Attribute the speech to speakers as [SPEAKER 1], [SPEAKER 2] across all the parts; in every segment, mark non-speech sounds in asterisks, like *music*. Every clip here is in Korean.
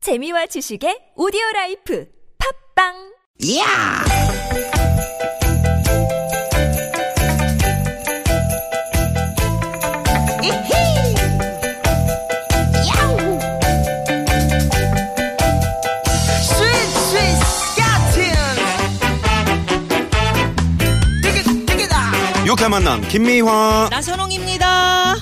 [SPEAKER 1] 재미와 지식의 오디오 라이프 팝빵
[SPEAKER 2] 이야! 이히! 야우! 스윗, 스윗, 스카틴! 뜨기, 뜨기다!
[SPEAKER 3] 유쾌 만남 김미화
[SPEAKER 4] 나선홍입니다.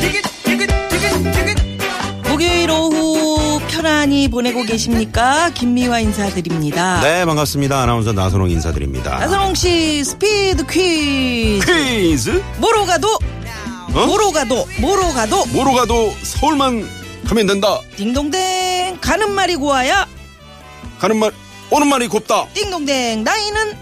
[SPEAKER 2] 뜨기, 뜨기, 뜨기, 뜨기!
[SPEAKER 4] 목요일 오후 편안히 보내고 계십니까? 김미화 인사드립니다.
[SPEAKER 3] 네 반갑습니다 아나운서 나선홍 인사드립니다
[SPEAKER 4] 나선홍 씨 스피드 퀴즈.
[SPEAKER 3] 퀴즈
[SPEAKER 4] 뭐로 가도
[SPEAKER 3] 어?
[SPEAKER 4] 뭐로 가도 뭐로 가도
[SPEAKER 3] 뭐로 가도 서울만 가면 된다
[SPEAKER 4] 딩동댕 가는 말이 고와야
[SPEAKER 3] 가는 말 오는 말이 곱다
[SPEAKER 4] 딩동댕 나이는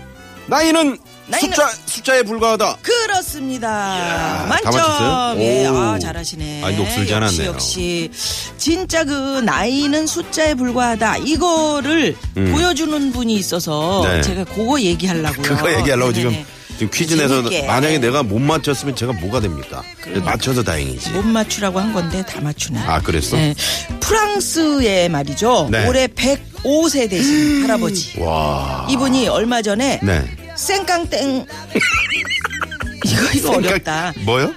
[SPEAKER 3] 나이는,
[SPEAKER 4] 나이는-
[SPEAKER 3] 숫자 숫자에 불과하다
[SPEAKER 4] 그렇습니다.
[SPEAKER 3] 다 맞췄어요?
[SPEAKER 4] 만점. 예,
[SPEAKER 3] 오.
[SPEAKER 4] 아 잘하시네.
[SPEAKER 3] 아, 이거 없을지 않았네요.
[SPEAKER 4] 역시 역시 진짜 그 나이는 숫자에 불과하다. 이거를
[SPEAKER 3] 음.
[SPEAKER 4] 보여주는 분이 있어서
[SPEAKER 3] 네.
[SPEAKER 4] 제가 그거 얘기하려고요.
[SPEAKER 3] 그거 얘기하려고
[SPEAKER 4] 어, 네네네.
[SPEAKER 3] 지금 지금 퀴즈 내서
[SPEAKER 4] 재밌게. 네.
[SPEAKER 3] 만약에 내가 못 맞췄으면 제가 뭐가 됩니까
[SPEAKER 4] 그러니까.
[SPEAKER 3] 맞춰서 다행이지
[SPEAKER 4] 못 맞추라고 한 건데 다 맞추네.
[SPEAKER 3] 아 그랬어
[SPEAKER 4] 네. 프랑스의 말이죠.
[SPEAKER 3] 네.
[SPEAKER 4] 올해 105세 되신 할아버지.
[SPEAKER 3] 와
[SPEAKER 4] 이분이 얼마 전에
[SPEAKER 3] 네.
[SPEAKER 4] 생깡땡 *laughs* 이거 이거 어렵다.
[SPEAKER 3] 그러니까 뭐요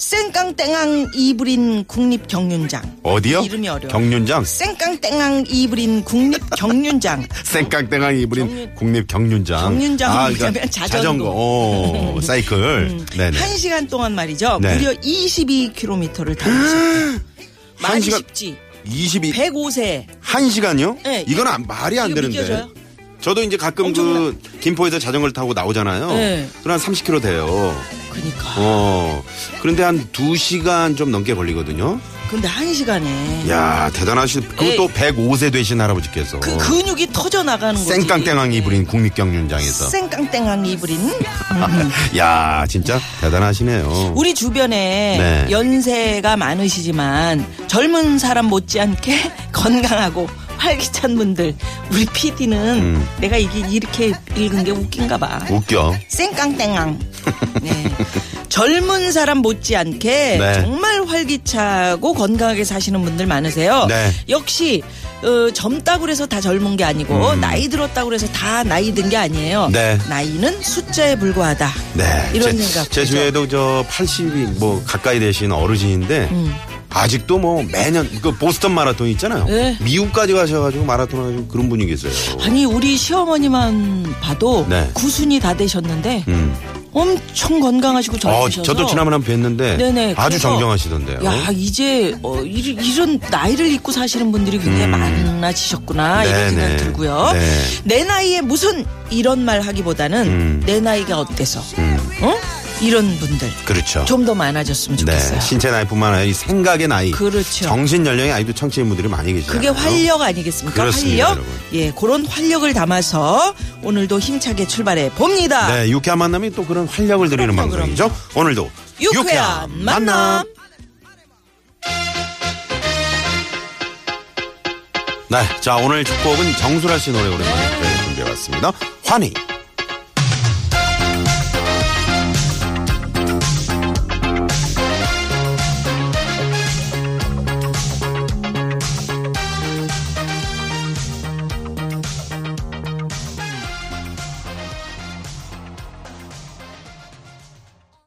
[SPEAKER 4] 생깡땡앙 이브린 국립경륜장.
[SPEAKER 3] 어디요
[SPEAKER 4] 이름이 어려워.
[SPEAKER 3] 경륜장
[SPEAKER 4] 생깡땡앙 이브린 국립경륜장.
[SPEAKER 3] 생깡땡하게 입은
[SPEAKER 4] 경륜-
[SPEAKER 3] 국립 경륜장
[SPEAKER 4] 경륜장은
[SPEAKER 3] 아, 그러니까
[SPEAKER 4] 뭐냐면 자전거. 음.
[SPEAKER 3] 자전거 어, 사이클 *laughs* 네네
[SPEAKER 4] 한 시간 동안 말이죠.
[SPEAKER 3] 네.
[SPEAKER 4] 무려 22km를 달리셨다. 말이
[SPEAKER 3] 한 시간-
[SPEAKER 4] 쉽지.
[SPEAKER 3] 22
[SPEAKER 4] 105세.
[SPEAKER 3] 한 시간요?
[SPEAKER 4] 네.
[SPEAKER 3] 이건 안- 말이 안
[SPEAKER 4] 이거
[SPEAKER 3] 되는데.
[SPEAKER 4] 믿겨져요?
[SPEAKER 3] 저도 이제 가끔 그 김포에서 자전거를 타고 나오잖아요.
[SPEAKER 4] 네.
[SPEAKER 3] 그럼 한 30km 돼요.
[SPEAKER 4] 그니까.
[SPEAKER 3] 어. 그런데 한 2시간 좀 넘게 걸리거든요.
[SPEAKER 4] 근데 한 시간에.
[SPEAKER 3] 야, 대단하신 그것도 105세 되신 할아버지께서
[SPEAKER 4] 예. 그 근육이 터져 나가는 거지.
[SPEAKER 3] 생깡땡항이 부린 국립경륜장에서.
[SPEAKER 4] 생깡땡한 이불인
[SPEAKER 3] 야, 진짜 대단하시네요.
[SPEAKER 4] 우리 주변에
[SPEAKER 3] 네.
[SPEAKER 4] 연세가 많으시지만 젊은 사람 못지않게 *laughs* 건강하고 활기찬 분들 우리 PD는
[SPEAKER 3] 음.
[SPEAKER 4] 내가 이게 이렇게 읽은 게 웃긴가 봐.
[SPEAKER 3] 웃겨. *laughs*
[SPEAKER 4] 생깡땡앙. 네. 젊은 사람 못지않게
[SPEAKER 3] 네.
[SPEAKER 4] 정말 활기차고 건강하게 사시는 분들 많으세요.
[SPEAKER 3] 네.
[SPEAKER 4] 역시 어, 젊다고 그래서 다 젊은 게 아니고 나이 들었다고 그래서 다 나이 든 게 아니에요.
[SPEAKER 3] 음. 네. 나이는
[SPEAKER 4] 나이는 숫자에 불과하다.
[SPEAKER 3] 네.
[SPEAKER 4] 이런
[SPEAKER 3] 제,
[SPEAKER 4] 생각.
[SPEAKER 3] 제 주위에도 저 80이 뭐 가까이 되신 어르신인데
[SPEAKER 4] 음.
[SPEAKER 3] 아직도 뭐 매년 그 보스턴 마라톤 있잖아요.
[SPEAKER 4] 네.
[SPEAKER 3] 미국까지 가셔가지고 마라톤 하시고 그런 분이 계세요.
[SPEAKER 4] 아니 우리 시어머니만 봐도
[SPEAKER 3] 네.
[SPEAKER 4] 구순이 다 되셨는데
[SPEAKER 3] 음.
[SPEAKER 4] 엄청 건강하시고
[SPEAKER 3] 어,
[SPEAKER 4] 젊으셔서
[SPEAKER 3] 저도 지난번에 한 번 뵀는데
[SPEAKER 4] 네네,
[SPEAKER 3] 아주
[SPEAKER 4] 그래서-
[SPEAKER 3] 정정하시던데요.
[SPEAKER 4] 야 이제 어, 이리- 이런 나이를 입고 사시는 분들이 굉장히 많아지셨구나
[SPEAKER 3] 음. 네네.
[SPEAKER 4] 이런 생각 들고요.
[SPEAKER 3] 네.
[SPEAKER 4] 내 나이에 무슨 이런 말 하기보다는
[SPEAKER 3] 음.
[SPEAKER 4] 내 나이가 어때서
[SPEAKER 3] 음,
[SPEAKER 4] 어? 이런 분들
[SPEAKER 3] 그렇죠.
[SPEAKER 4] 좀 더 많아졌으면
[SPEAKER 3] 네.
[SPEAKER 4] 좋겠어요.
[SPEAKER 3] 신체 나이뿐만 아니라 이 생각의 나이.
[SPEAKER 4] 그렇죠.
[SPEAKER 3] 정신 연령의 아이도 청취인분들이 많이 계시잖아요.
[SPEAKER 4] 그게 활력 아니겠습니까?
[SPEAKER 3] 그렇습니다,
[SPEAKER 4] 활력.
[SPEAKER 3] 여러분.
[SPEAKER 4] 예, 그런 활력을 담아서 오늘도 힘차게 출발해 봅니다.
[SPEAKER 3] 네, 유쾌한 만남이 또 그런 활력을 드리는
[SPEAKER 4] 아. 그럼요,
[SPEAKER 3] 방송이죠. 오늘도
[SPEAKER 4] 유쾌한 만남.
[SPEAKER 3] 네, 자 오늘 첫 곡은 정수라 씨 노래 오랜만에 저희가 준비해봤습니다. 환희.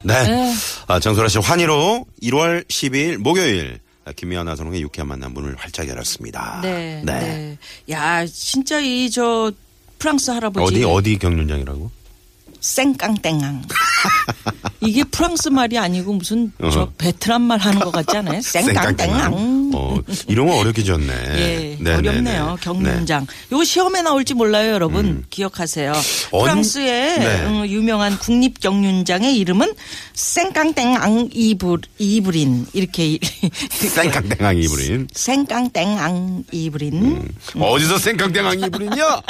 [SPEAKER 3] 네. 아, 정수라 씨 환희로 1월 12일 목요일 아, 김미아 나선홍의 유쾌한 만남 문을 활짝 열었습니다.
[SPEAKER 4] 네. 네. 야, 진짜 이 저 프랑스 할아버지
[SPEAKER 3] 어디 어디 경륜장이라고?
[SPEAKER 4] 생깡땡강. *laughs* 이게 프랑스 말이 아니고 무슨
[SPEAKER 3] 어허.
[SPEAKER 4] 저 베트남 말 하는 것 같지 *laughs* 않아요? 생깡땡강.
[SPEAKER 3] 어, 이름은 어렵게 지었네.
[SPEAKER 4] 예,
[SPEAKER 3] 네, 네,
[SPEAKER 4] 어렵네요.
[SPEAKER 3] 네.
[SPEAKER 4] 경륜장. 요거 시험에 나올지 몰라요, 여러분. 기억하세요.
[SPEAKER 3] 언-
[SPEAKER 4] 프랑스의
[SPEAKER 3] 네.
[SPEAKER 4] 음, 유명한 국립 경륜장의 이름은 생깡땡앙 이불 이브린 이렇게 *laughs* 이-
[SPEAKER 3] 네.
[SPEAKER 4] *laughs*
[SPEAKER 3] 생깡땡항이 부린.
[SPEAKER 4] 생깡땡앙 이브린.
[SPEAKER 3] 음. 어디서 생깡땡항이 부린냐?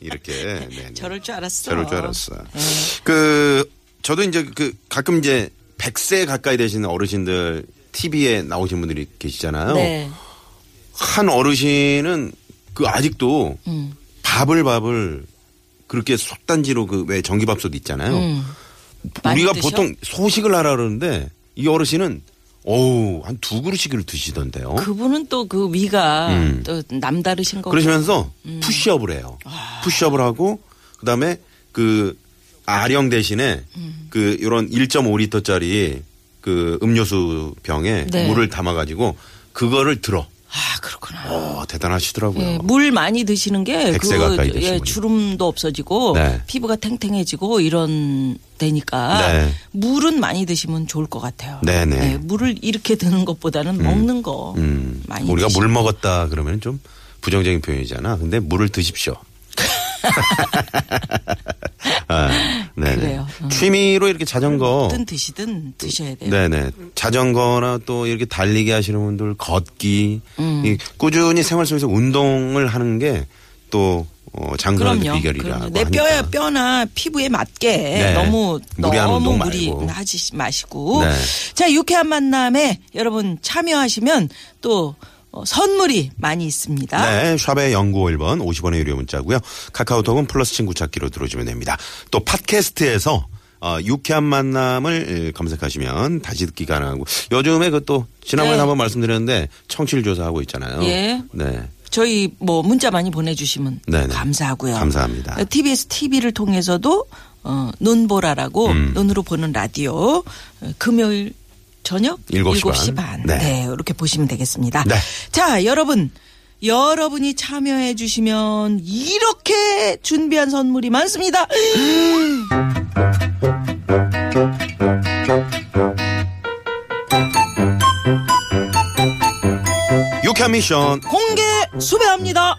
[SPEAKER 3] 이렇게. 네, 네.
[SPEAKER 4] 저럴 줄 알았어.
[SPEAKER 3] 저럴 줄 알았어.
[SPEAKER 4] 네.
[SPEAKER 3] 그 저도 이제 그 가끔 이제 100세 가까이 되시는 어르신들 TV에 나오신 분들이 계시잖아요.
[SPEAKER 4] 네.
[SPEAKER 3] 한 어르신은 그 아직도
[SPEAKER 4] 음.
[SPEAKER 3] 밥을 밥을 그렇게 솥단지로 그 왜 전기밥솥 있잖아요.
[SPEAKER 4] 음. 많이
[SPEAKER 3] 우리가
[SPEAKER 4] 드셔?
[SPEAKER 3] 보통 소식을 하라 그러는데 이 어르신은 어우 한 두 그릇씩을 드시던데요.
[SPEAKER 4] 그분은 또 그 위가 또 남다르신 거고.
[SPEAKER 3] 음. 그러시면서
[SPEAKER 4] 음.
[SPEAKER 3] 푸시업을 해요.
[SPEAKER 4] 아.
[SPEAKER 3] 푸시업을 하고 그다음에 그 아령 대신에
[SPEAKER 4] 음.
[SPEAKER 3] 그 이런 1.5리터짜리 그 음료수 병에
[SPEAKER 4] 네.
[SPEAKER 3] 물을 담아 가지고 그거를 들어.
[SPEAKER 4] 아 그렇구나.
[SPEAKER 3] 어, 대단하시더라고요.
[SPEAKER 4] 예, 물 많이 드시는 게
[SPEAKER 3] 100세 가까이
[SPEAKER 4] 그,
[SPEAKER 3] 되신
[SPEAKER 4] 예,
[SPEAKER 3] 분이.
[SPEAKER 4] 주름도 없어지고
[SPEAKER 3] 네.
[SPEAKER 4] 피부가 탱탱해지고 이런 데니까
[SPEAKER 3] 네.
[SPEAKER 4] 물은 많이 드시면 좋을 것 같아요.
[SPEAKER 3] 네네.
[SPEAKER 4] 예, 물을 이렇게 드는 것보다는 먹는 거
[SPEAKER 3] 음.
[SPEAKER 4] 많이
[SPEAKER 3] 우리가
[SPEAKER 4] 드시-
[SPEAKER 3] 물 먹었다 그러면 좀 부정적인 표현이잖아. 근데 물을
[SPEAKER 4] *laughs*
[SPEAKER 3] 드십시오. 아, 네네.
[SPEAKER 4] 그래요. 음, 어.
[SPEAKER 3] 취미로 이렇게 자전거
[SPEAKER 4] 먹든 드시든 드셔야 돼요.
[SPEAKER 3] 네네. 자전거나 또 이렇게 달리기 하시는 분들 걷기
[SPEAKER 4] 음.
[SPEAKER 3] 이 꾸준히 생활 속에서 운동을 하는 게 또 어, 장수하는
[SPEAKER 4] 그럼요.
[SPEAKER 3] 비결이라고
[SPEAKER 4] 그럼요. 내 뼈에
[SPEAKER 3] 하니까.
[SPEAKER 4] 뼈나 피부에 맞게
[SPEAKER 3] 네.
[SPEAKER 4] 너무
[SPEAKER 3] 무리한
[SPEAKER 4] 너무
[SPEAKER 3] 운동
[SPEAKER 4] 무리
[SPEAKER 3] 말고.
[SPEAKER 4] 하지 마시고
[SPEAKER 3] 네.
[SPEAKER 4] 자 유쾌한 만남에 여러분 참여하시면 또 어, 선물이 많이 있습니다.
[SPEAKER 3] 네, 샵의 0951번 50원의 유료 문자고요. 카카오톡은 플러스 친구 찾기로 들어주면 됩니다. 또 팟캐스트에서 어, 유쾌한 만남을 에, 검색하시면 다시 듣기 가능하고 요즘에 그 또 지난번에
[SPEAKER 4] 네.
[SPEAKER 3] 한번 말씀드렸는데 청취율 조사하고 있잖아요.
[SPEAKER 4] 예.
[SPEAKER 3] 네.
[SPEAKER 4] 저희 뭐 문자 많이 보내주시면
[SPEAKER 3] 네네.
[SPEAKER 4] 감사하고요.
[SPEAKER 3] 감사합니다.
[SPEAKER 4] TBS TV를 통해서도 어, 눈보라라고
[SPEAKER 3] 음.
[SPEAKER 4] 눈으로 보는 라디오 어, 금요일 저녁
[SPEAKER 3] 일곱 시 반.
[SPEAKER 4] 반.
[SPEAKER 3] 네.
[SPEAKER 4] 네. 이렇게 보시면 되겠습니다.
[SPEAKER 3] 네.
[SPEAKER 4] 자, 여러분. 여러분이 참여해 주시면 이렇게 준비한 선물이 많습니다.
[SPEAKER 3] 유쾌한 미션
[SPEAKER 4] 공개 수배합니다.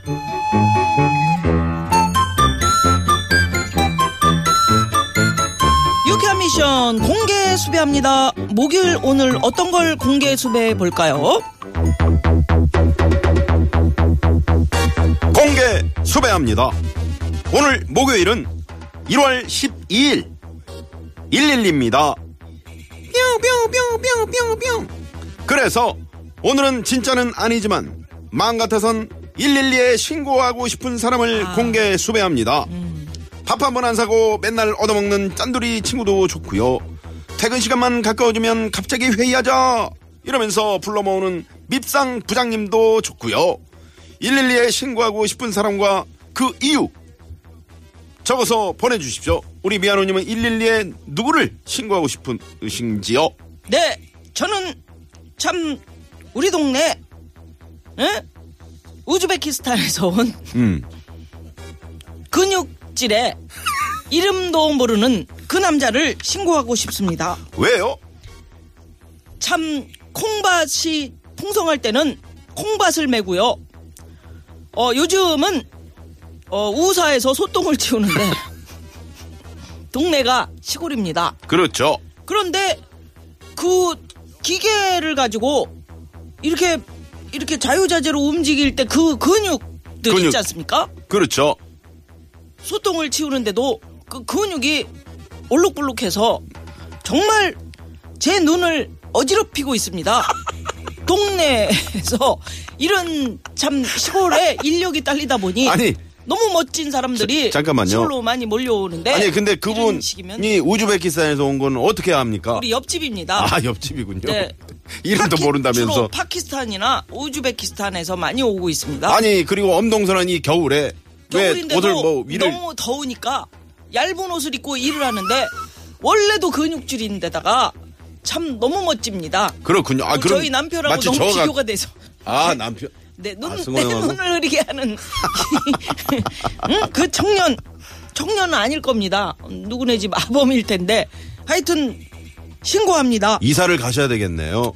[SPEAKER 4] 유쾌한 미션 공개 수배합니다. 목요일 오늘 어떤 걸 공개 수배해 볼까요?
[SPEAKER 3] 공개 수배합니다. 오늘 목요일은 1월 12일 112입니다. 뿅뿅뿅뿅뿅뿅. 그래서 오늘은 진짜는 아니지만 마음 같아선 112에 신고하고 싶은 사람을 공개 수배합니다. 밥 한 번 안 사고 맨날 얻어먹는 짠돌이 친구도 좋고요. 퇴근 시간만 가까워지면 갑자기 회의하자 이러면서 불러 모으는 밉상 부장님도 좋고요. 112에 신고하고 싶은 사람과 그 이유 적어서 보내주십시오. 우리 미아노님은 112에 누구를 신고하고 싶으신지요?
[SPEAKER 4] 네, 저는 참 우리 동네 에? 우즈베키스탄에서 온 *laughs*
[SPEAKER 3] 음.
[SPEAKER 4] 근육질에 이름도 모르는 그 남자를 신고하고 싶습니다.
[SPEAKER 3] 왜요?
[SPEAKER 4] 참 콩밭이 풍성할 때는 콩밭을 메고요. 어 요즘은 어, 우사에서 소똥을 *laughs* 치우는데 동네가 시골입니다.
[SPEAKER 3] 그렇죠.
[SPEAKER 4] 그런데 그 기계를 가지고 이렇게 이렇게 자유자재로 움직일 때 그 근육들
[SPEAKER 3] 근육.
[SPEAKER 4] 있지 않습니까?
[SPEAKER 3] 그렇죠.
[SPEAKER 4] 소똥을 치우는데도 그 근육이 올록볼록해서 정말 제 눈을 어지럽히고 있습니다. *laughs* 동네에서 이런 참 시골에 인력이 딸리다 보니
[SPEAKER 3] 아니.
[SPEAKER 4] 너무 멋진 사람들이
[SPEAKER 3] 자- 잠깐만요.
[SPEAKER 4] 시골로 많이 몰려오는데
[SPEAKER 3] 아니 근데
[SPEAKER 4] 네. 이런 식이면
[SPEAKER 3] 그분이 우즈베키스탄에서 온 건 어떻게 합니까?
[SPEAKER 4] 우리 옆집입니다.
[SPEAKER 3] 아 옆집이군요.
[SPEAKER 4] 네.
[SPEAKER 3] *laughs* 이름도
[SPEAKER 4] 파키- 주로
[SPEAKER 3] 모른다면서.
[SPEAKER 4] 파키스탄이나 우즈베키스탄에서 많이 오고 있습니다.
[SPEAKER 3] 아니 그리고 엄동선한 이 겨울에 왜
[SPEAKER 4] 겨울인데도
[SPEAKER 3] 옷을 뭐 위를
[SPEAKER 4] 너무 더우니까 얇은 옷을 입고 일을 하는데 원래도 근육질인데다가 참 너무 멋집니다.
[SPEAKER 3] 그렇군요. 아
[SPEAKER 4] 또
[SPEAKER 3] 그럼
[SPEAKER 4] 뭐 저희 남편하고
[SPEAKER 3] 마치
[SPEAKER 4] 너무
[SPEAKER 3] 저가-
[SPEAKER 4] 비교가 돼서
[SPEAKER 3] 아 남편
[SPEAKER 4] 내, 눈,
[SPEAKER 3] 아,
[SPEAKER 4] 내
[SPEAKER 3] 승원형하고?
[SPEAKER 4] 눈을 흐리게 하는 *laughs* 응? 그 청년 청년은 아닐 겁니다. 누구네 집 아범일 텐데 하여튼 신고합니다.
[SPEAKER 3] 이사를 가셔야 되겠네요.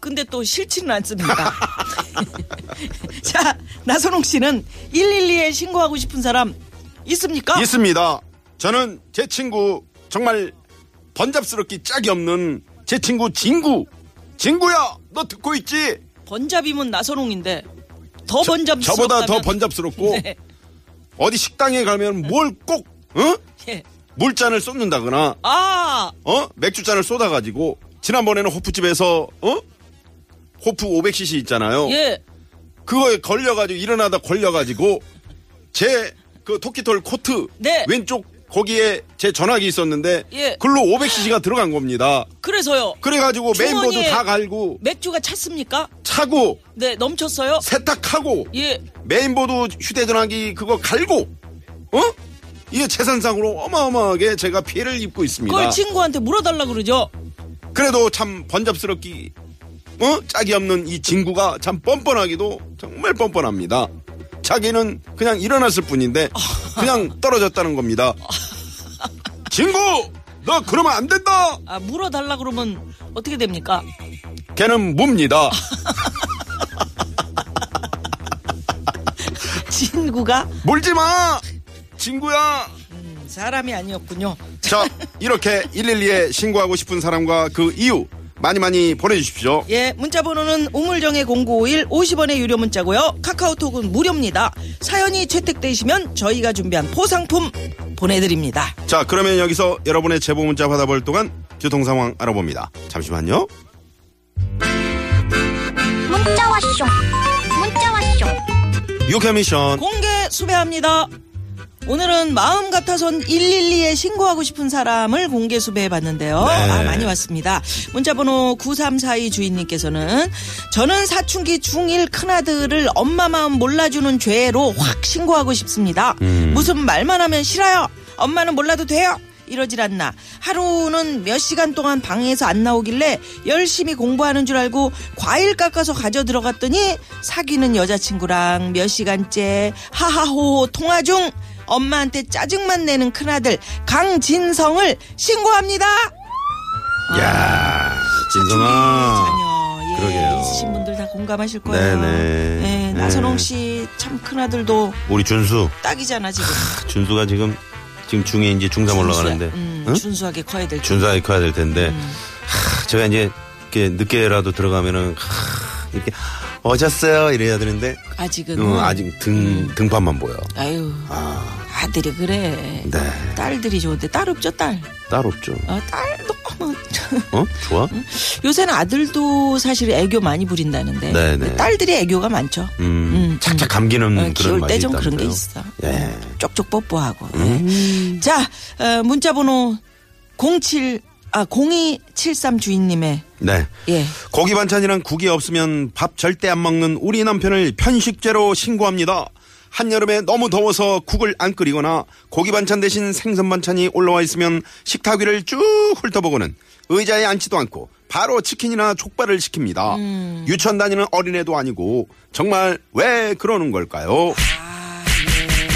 [SPEAKER 4] 근데 또 싫지는 않습니다. *laughs* 자, 나선홍 씨는 112에 신고하고 싶은 사람
[SPEAKER 3] *laughs*
[SPEAKER 4] 있습니까?
[SPEAKER 3] 있습니다. 저는 제 친구 정말 번잡스럽기 짝이 없는 제 친구 진구. 진구야, 너 듣고 있지?
[SPEAKER 4] 음, 번잡이면 나선홍인데 더 번잡스럽다.
[SPEAKER 3] 저보다 더 번잡스럽고
[SPEAKER 4] *laughs* 네.
[SPEAKER 3] 어디 식당에 가면 뭘 꼭 어?
[SPEAKER 4] 예.
[SPEAKER 3] 물잔을 쏟는다거나
[SPEAKER 4] 아,
[SPEAKER 3] 어? 맥주잔을 쏟아 가지고 지난번에는 호프집에서 어? 호프 500cc 있잖아요.
[SPEAKER 4] 예.
[SPEAKER 3] 그거에 걸려 가지고 일어나다 걸려 가지고 제 그 토끼털 코트
[SPEAKER 4] 네.
[SPEAKER 3] 왼쪽 거기에 제 전화기 있었는데
[SPEAKER 4] 예.
[SPEAKER 3] 글로 500cc가 들어간 겁니다.
[SPEAKER 4] 그래서요.
[SPEAKER 3] 그래가지고 메인보드
[SPEAKER 4] 주머니에-
[SPEAKER 3] 다 갈고
[SPEAKER 4] 맥주가 찼습니까?
[SPEAKER 3] 차고
[SPEAKER 4] 네, 넘쳤어요.
[SPEAKER 3] 세탁하고
[SPEAKER 4] 예.
[SPEAKER 3] 메인보드 휴대전화기 그거 갈고 어? 이게 재산상으로 어마어마하게 제가 피해를 입고
[SPEAKER 4] 그걸
[SPEAKER 3] 있습니다.
[SPEAKER 4] 친구한테 물어달라 그러죠.
[SPEAKER 3] 그래도 참 번잡스럽기 어? 짝이 없는 이 친구가 참 뻔뻔하기도 정말 뻔뻔합니다. 자기는 그냥 일어났을 뿐인데 그냥 떨어졌다는 겁니다. 친구 너 그러면 안 된다.
[SPEAKER 4] 아, 물어달라 그러면 어떻게 됩니까?
[SPEAKER 3] 걔는 뭡니다.
[SPEAKER 4] 그 친구가
[SPEAKER 3] 물지 마. 친구야.
[SPEAKER 4] 음, 사람이 아니었군요.
[SPEAKER 3] 자 이렇게 112에 신고하고 싶은 사람과 그 이유 많이 많이 보내주십시오.
[SPEAKER 4] 예, 문자 번호는 우물정의 0951 50원의 유료 문자고요. 카카오톡은 무료입니다. 사연이 채택되시면 저희가 준비한 포상품 보내드립니다.
[SPEAKER 3] 자 그러면 여기서 여러분의 제보 문자 받아볼 동안 교통 상황 알아봅니다. 잠시만요.
[SPEAKER 5] 문자 왔쇼 문자 왔쇼
[SPEAKER 3] 유쾌 미션
[SPEAKER 4] 공개 수배합니다. 오늘은 마음 같아선 112에 신고하고 싶은 사람을 공개 수배해 봤는데요. 아, 많이 왔습니다. 문자번호 9342 주인님께서는 저는 사춘기 중1 큰아들을 엄마 마음 몰라주는 죄로 확 신고하고 싶습니다. 무슨 말만 하면 싫어요. 엄마는 몰라도 돼요. 이러질 않나. 하루는 몇 시간 동안 방에서 안 나오길래 열심히 공부하는 줄 알고 과일 깎아서 가져 들어갔더니 사귀는 여자친구랑 몇 시간째 하하호호 통화 중 엄마한테 짜증만 내는 큰아들 강진성을 신고합니다.
[SPEAKER 3] 야 진성아.
[SPEAKER 4] 자녀, 예,
[SPEAKER 3] 그러게요.
[SPEAKER 4] 있으신 분들 다 공감하실 거예요.
[SPEAKER 3] 네네.
[SPEAKER 4] 예, 나선홍 씨 참 큰아들도
[SPEAKER 3] 우리 준수.
[SPEAKER 4] 딱이잖아 지금.
[SPEAKER 3] 준수가 지금 지금 중에 이제 중삼 올라가는데
[SPEAKER 4] 음,
[SPEAKER 3] 응?
[SPEAKER 4] 준수하게 커야 될
[SPEAKER 3] 준수하게 커야 될 텐데 하, 제가 이제 이렇게 늦게라도 들어가면은 하, 이렇게 어졌어요 이래야 되는데
[SPEAKER 4] 아직은
[SPEAKER 3] 어, 아직 등 등판만 보여.
[SPEAKER 4] 아유
[SPEAKER 3] 아,
[SPEAKER 4] 아들이 그래.
[SPEAKER 3] 네.
[SPEAKER 4] 딸들이 좋은데 딸 없죠 딸.
[SPEAKER 3] 딸 없죠.
[SPEAKER 4] 어, 딸 너무
[SPEAKER 3] 어? 좋아?
[SPEAKER 4] *laughs* 요새는 아들도 사실 애교 많이 부린다는데
[SPEAKER 3] 네네.
[SPEAKER 4] 딸들이 애교가 많죠.
[SPEAKER 3] 음, 착착 감기는
[SPEAKER 4] 어,
[SPEAKER 3] 그런
[SPEAKER 4] 귀여울
[SPEAKER 3] 맛이
[SPEAKER 4] 때 좀
[SPEAKER 3] 있다면서요.
[SPEAKER 4] 그런 게 있어.
[SPEAKER 3] 예. 음.
[SPEAKER 4] 쪽쪽 뽀뽀하고. 네. 자 어, 문자번호 07 아, 0273 주인님의
[SPEAKER 3] 네.
[SPEAKER 4] 예.
[SPEAKER 3] 고기 반찬이랑 국이 없으면 밥 절대 안 먹는 우리 남편을 편식죄로 신고합니다. 한여름에 너무 더워서 국을 안 끓이거나 고기 반찬 대신 생선 반찬이 올라와 있으면 식탁 위를 쭉 훑어보고는 의자에 앉지도 않고 바로 치킨이나 족발을 시킵니다.
[SPEAKER 4] 음.
[SPEAKER 3] 유치원 다니는 어린애도 아니고 정말 왜 그러는 걸까요?
[SPEAKER 4] 아, 네.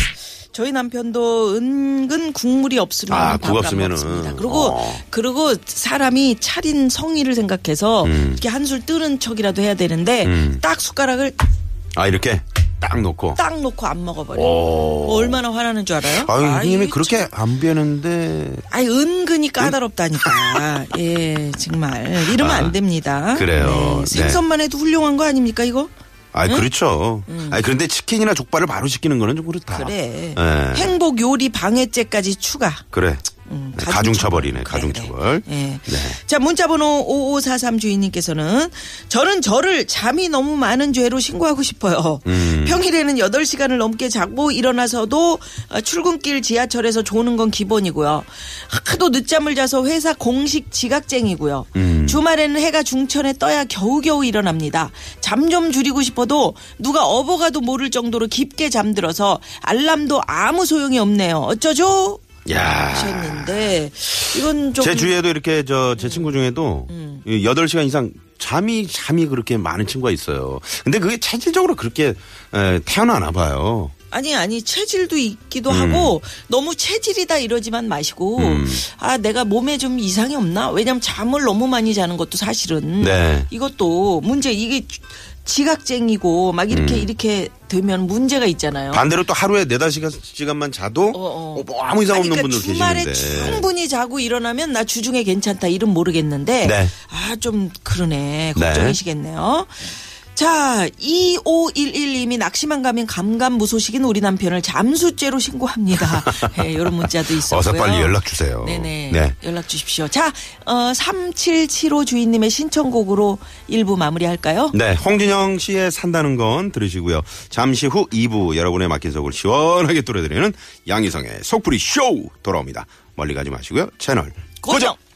[SPEAKER 4] 저희 남편도 은근 국물이 없으면
[SPEAKER 3] 아,
[SPEAKER 4] 밥
[SPEAKER 3] 국
[SPEAKER 4] 안
[SPEAKER 3] 없으면은.
[SPEAKER 4] 먹습니다. 그리고
[SPEAKER 3] 어.
[SPEAKER 4] 그리고 사람이 차린 성의를 생각해서
[SPEAKER 3] 음.
[SPEAKER 4] 이렇게 한술 뜨는 척이라도 해야 되는데 딱 숟가락을
[SPEAKER 3] 아 이렇게 딱 놓고.
[SPEAKER 4] 딱 놓고 안 먹어버려.
[SPEAKER 3] 오.
[SPEAKER 4] 얼마나 화나는 줄 알아요?
[SPEAKER 3] 아유 님이
[SPEAKER 4] 아이,
[SPEAKER 3] 그렇게 안 배는데
[SPEAKER 4] 아니 은근히 까다롭다니까.
[SPEAKER 3] *laughs*
[SPEAKER 4] 예, 정말 이러면
[SPEAKER 3] 아,
[SPEAKER 4] 안 됩니다.
[SPEAKER 3] 그래요.
[SPEAKER 4] 네, 생선만 해도 훌륭한 거 아닙니까 이거?
[SPEAKER 3] 아, 그렇죠. 아, 그런데 치킨이나 족발을 바로 시키는 거는 좀 그렇다.
[SPEAKER 4] 그래.
[SPEAKER 3] 예.
[SPEAKER 4] 네. 행복 요리 방해죄까지 추가.
[SPEAKER 3] 그래.
[SPEAKER 4] 음,
[SPEAKER 3] 네, 가중처벌이네, 가중처벌.
[SPEAKER 4] 네, 네. 예.
[SPEAKER 3] 네.
[SPEAKER 4] 자, 문자번호 5543 주인님께서는 저는 저를 잠이 너무 많은 죄로 신고하고 싶어요.
[SPEAKER 3] 음.
[SPEAKER 4] 평일에는 8시간을 넘게 자고 일어나서도 어, 출근길 지하철에서 조는 건 기본이고요. 하도 늦잠을 자서 회사 공식 지각쟁이고요.
[SPEAKER 3] 음.
[SPEAKER 4] 주말에는 해가 중천에 떠야 겨우겨우 일어납니다. 잠 좀 줄이고 싶어도 누가 어버가도 모를 정도로 깊게 잠들어서 알람도 아무 소용이 없네요. 어쩌죠?
[SPEAKER 3] 야.
[SPEAKER 4] 하셨는데 이건 좀
[SPEAKER 3] 아. 제 주위에도 이렇게 저 제 친구 중에도 이 8시간 이상 잠이 잠이 그렇게 많은 친구가 있어요. 근데 그게 체질적으로 그렇게 에, 태어나나 봐요.
[SPEAKER 4] 아니 아니 체질도 있기도
[SPEAKER 3] 음.
[SPEAKER 4] 하고 너무 체질이다 이러지만 마시고 아 내가 몸에 좀 이상이 없나 왜냐면 잠을 너무 많이 자는 것도 사실은
[SPEAKER 3] 네.
[SPEAKER 4] 이것도 문제 이게 주- 지각쟁이고 막 이렇게
[SPEAKER 3] 음.
[SPEAKER 4] 이렇게 되면 문제가 있잖아요.
[SPEAKER 3] 반대로 또 하루에 4, 5시간만 자도
[SPEAKER 4] 어, 어.
[SPEAKER 3] 어, 뭐 아무 이상
[SPEAKER 4] 아니,
[SPEAKER 3] 없는
[SPEAKER 4] 그러니까
[SPEAKER 3] 분들
[SPEAKER 4] 주말에
[SPEAKER 3] 계시는데.
[SPEAKER 4] 충분히 자고 일어나면 나 주중에 괜찮다 이름 모르겠는데
[SPEAKER 3] 네.
[SPEAKER 4] 아 좀 그러네 걱정이시겠네요. 자, 2511님이 낚시만 가면 감감무소식인 우리 남편을 잠수죄로
[SPEAKER 3] *laughs*
[SPEAKER 4] 신고합니다. 네, 이런 문자도 있었고요.
[SPEAKER 3] 어서 빨리 연락 주세요.
[SPEAKER 4] 네네.
[SPEAKER 3] 네.
[SPEAKER 4] 연락 주십시오. 자, 어, 3775 주인님의 신청곡으로 1부 마무리할까요?
[SPEAKER 3] 네, 홍진영 씨의 산다는 건 들으시고요. 잠시 후 2부 여러분의 맡긴 속을 시원하게 뚫어드리는 양희성의 속풀이 쇼 돌아옵니다. 멀리 가지 마시고요. 채널 고정.
[SPEAKER 4] 고정!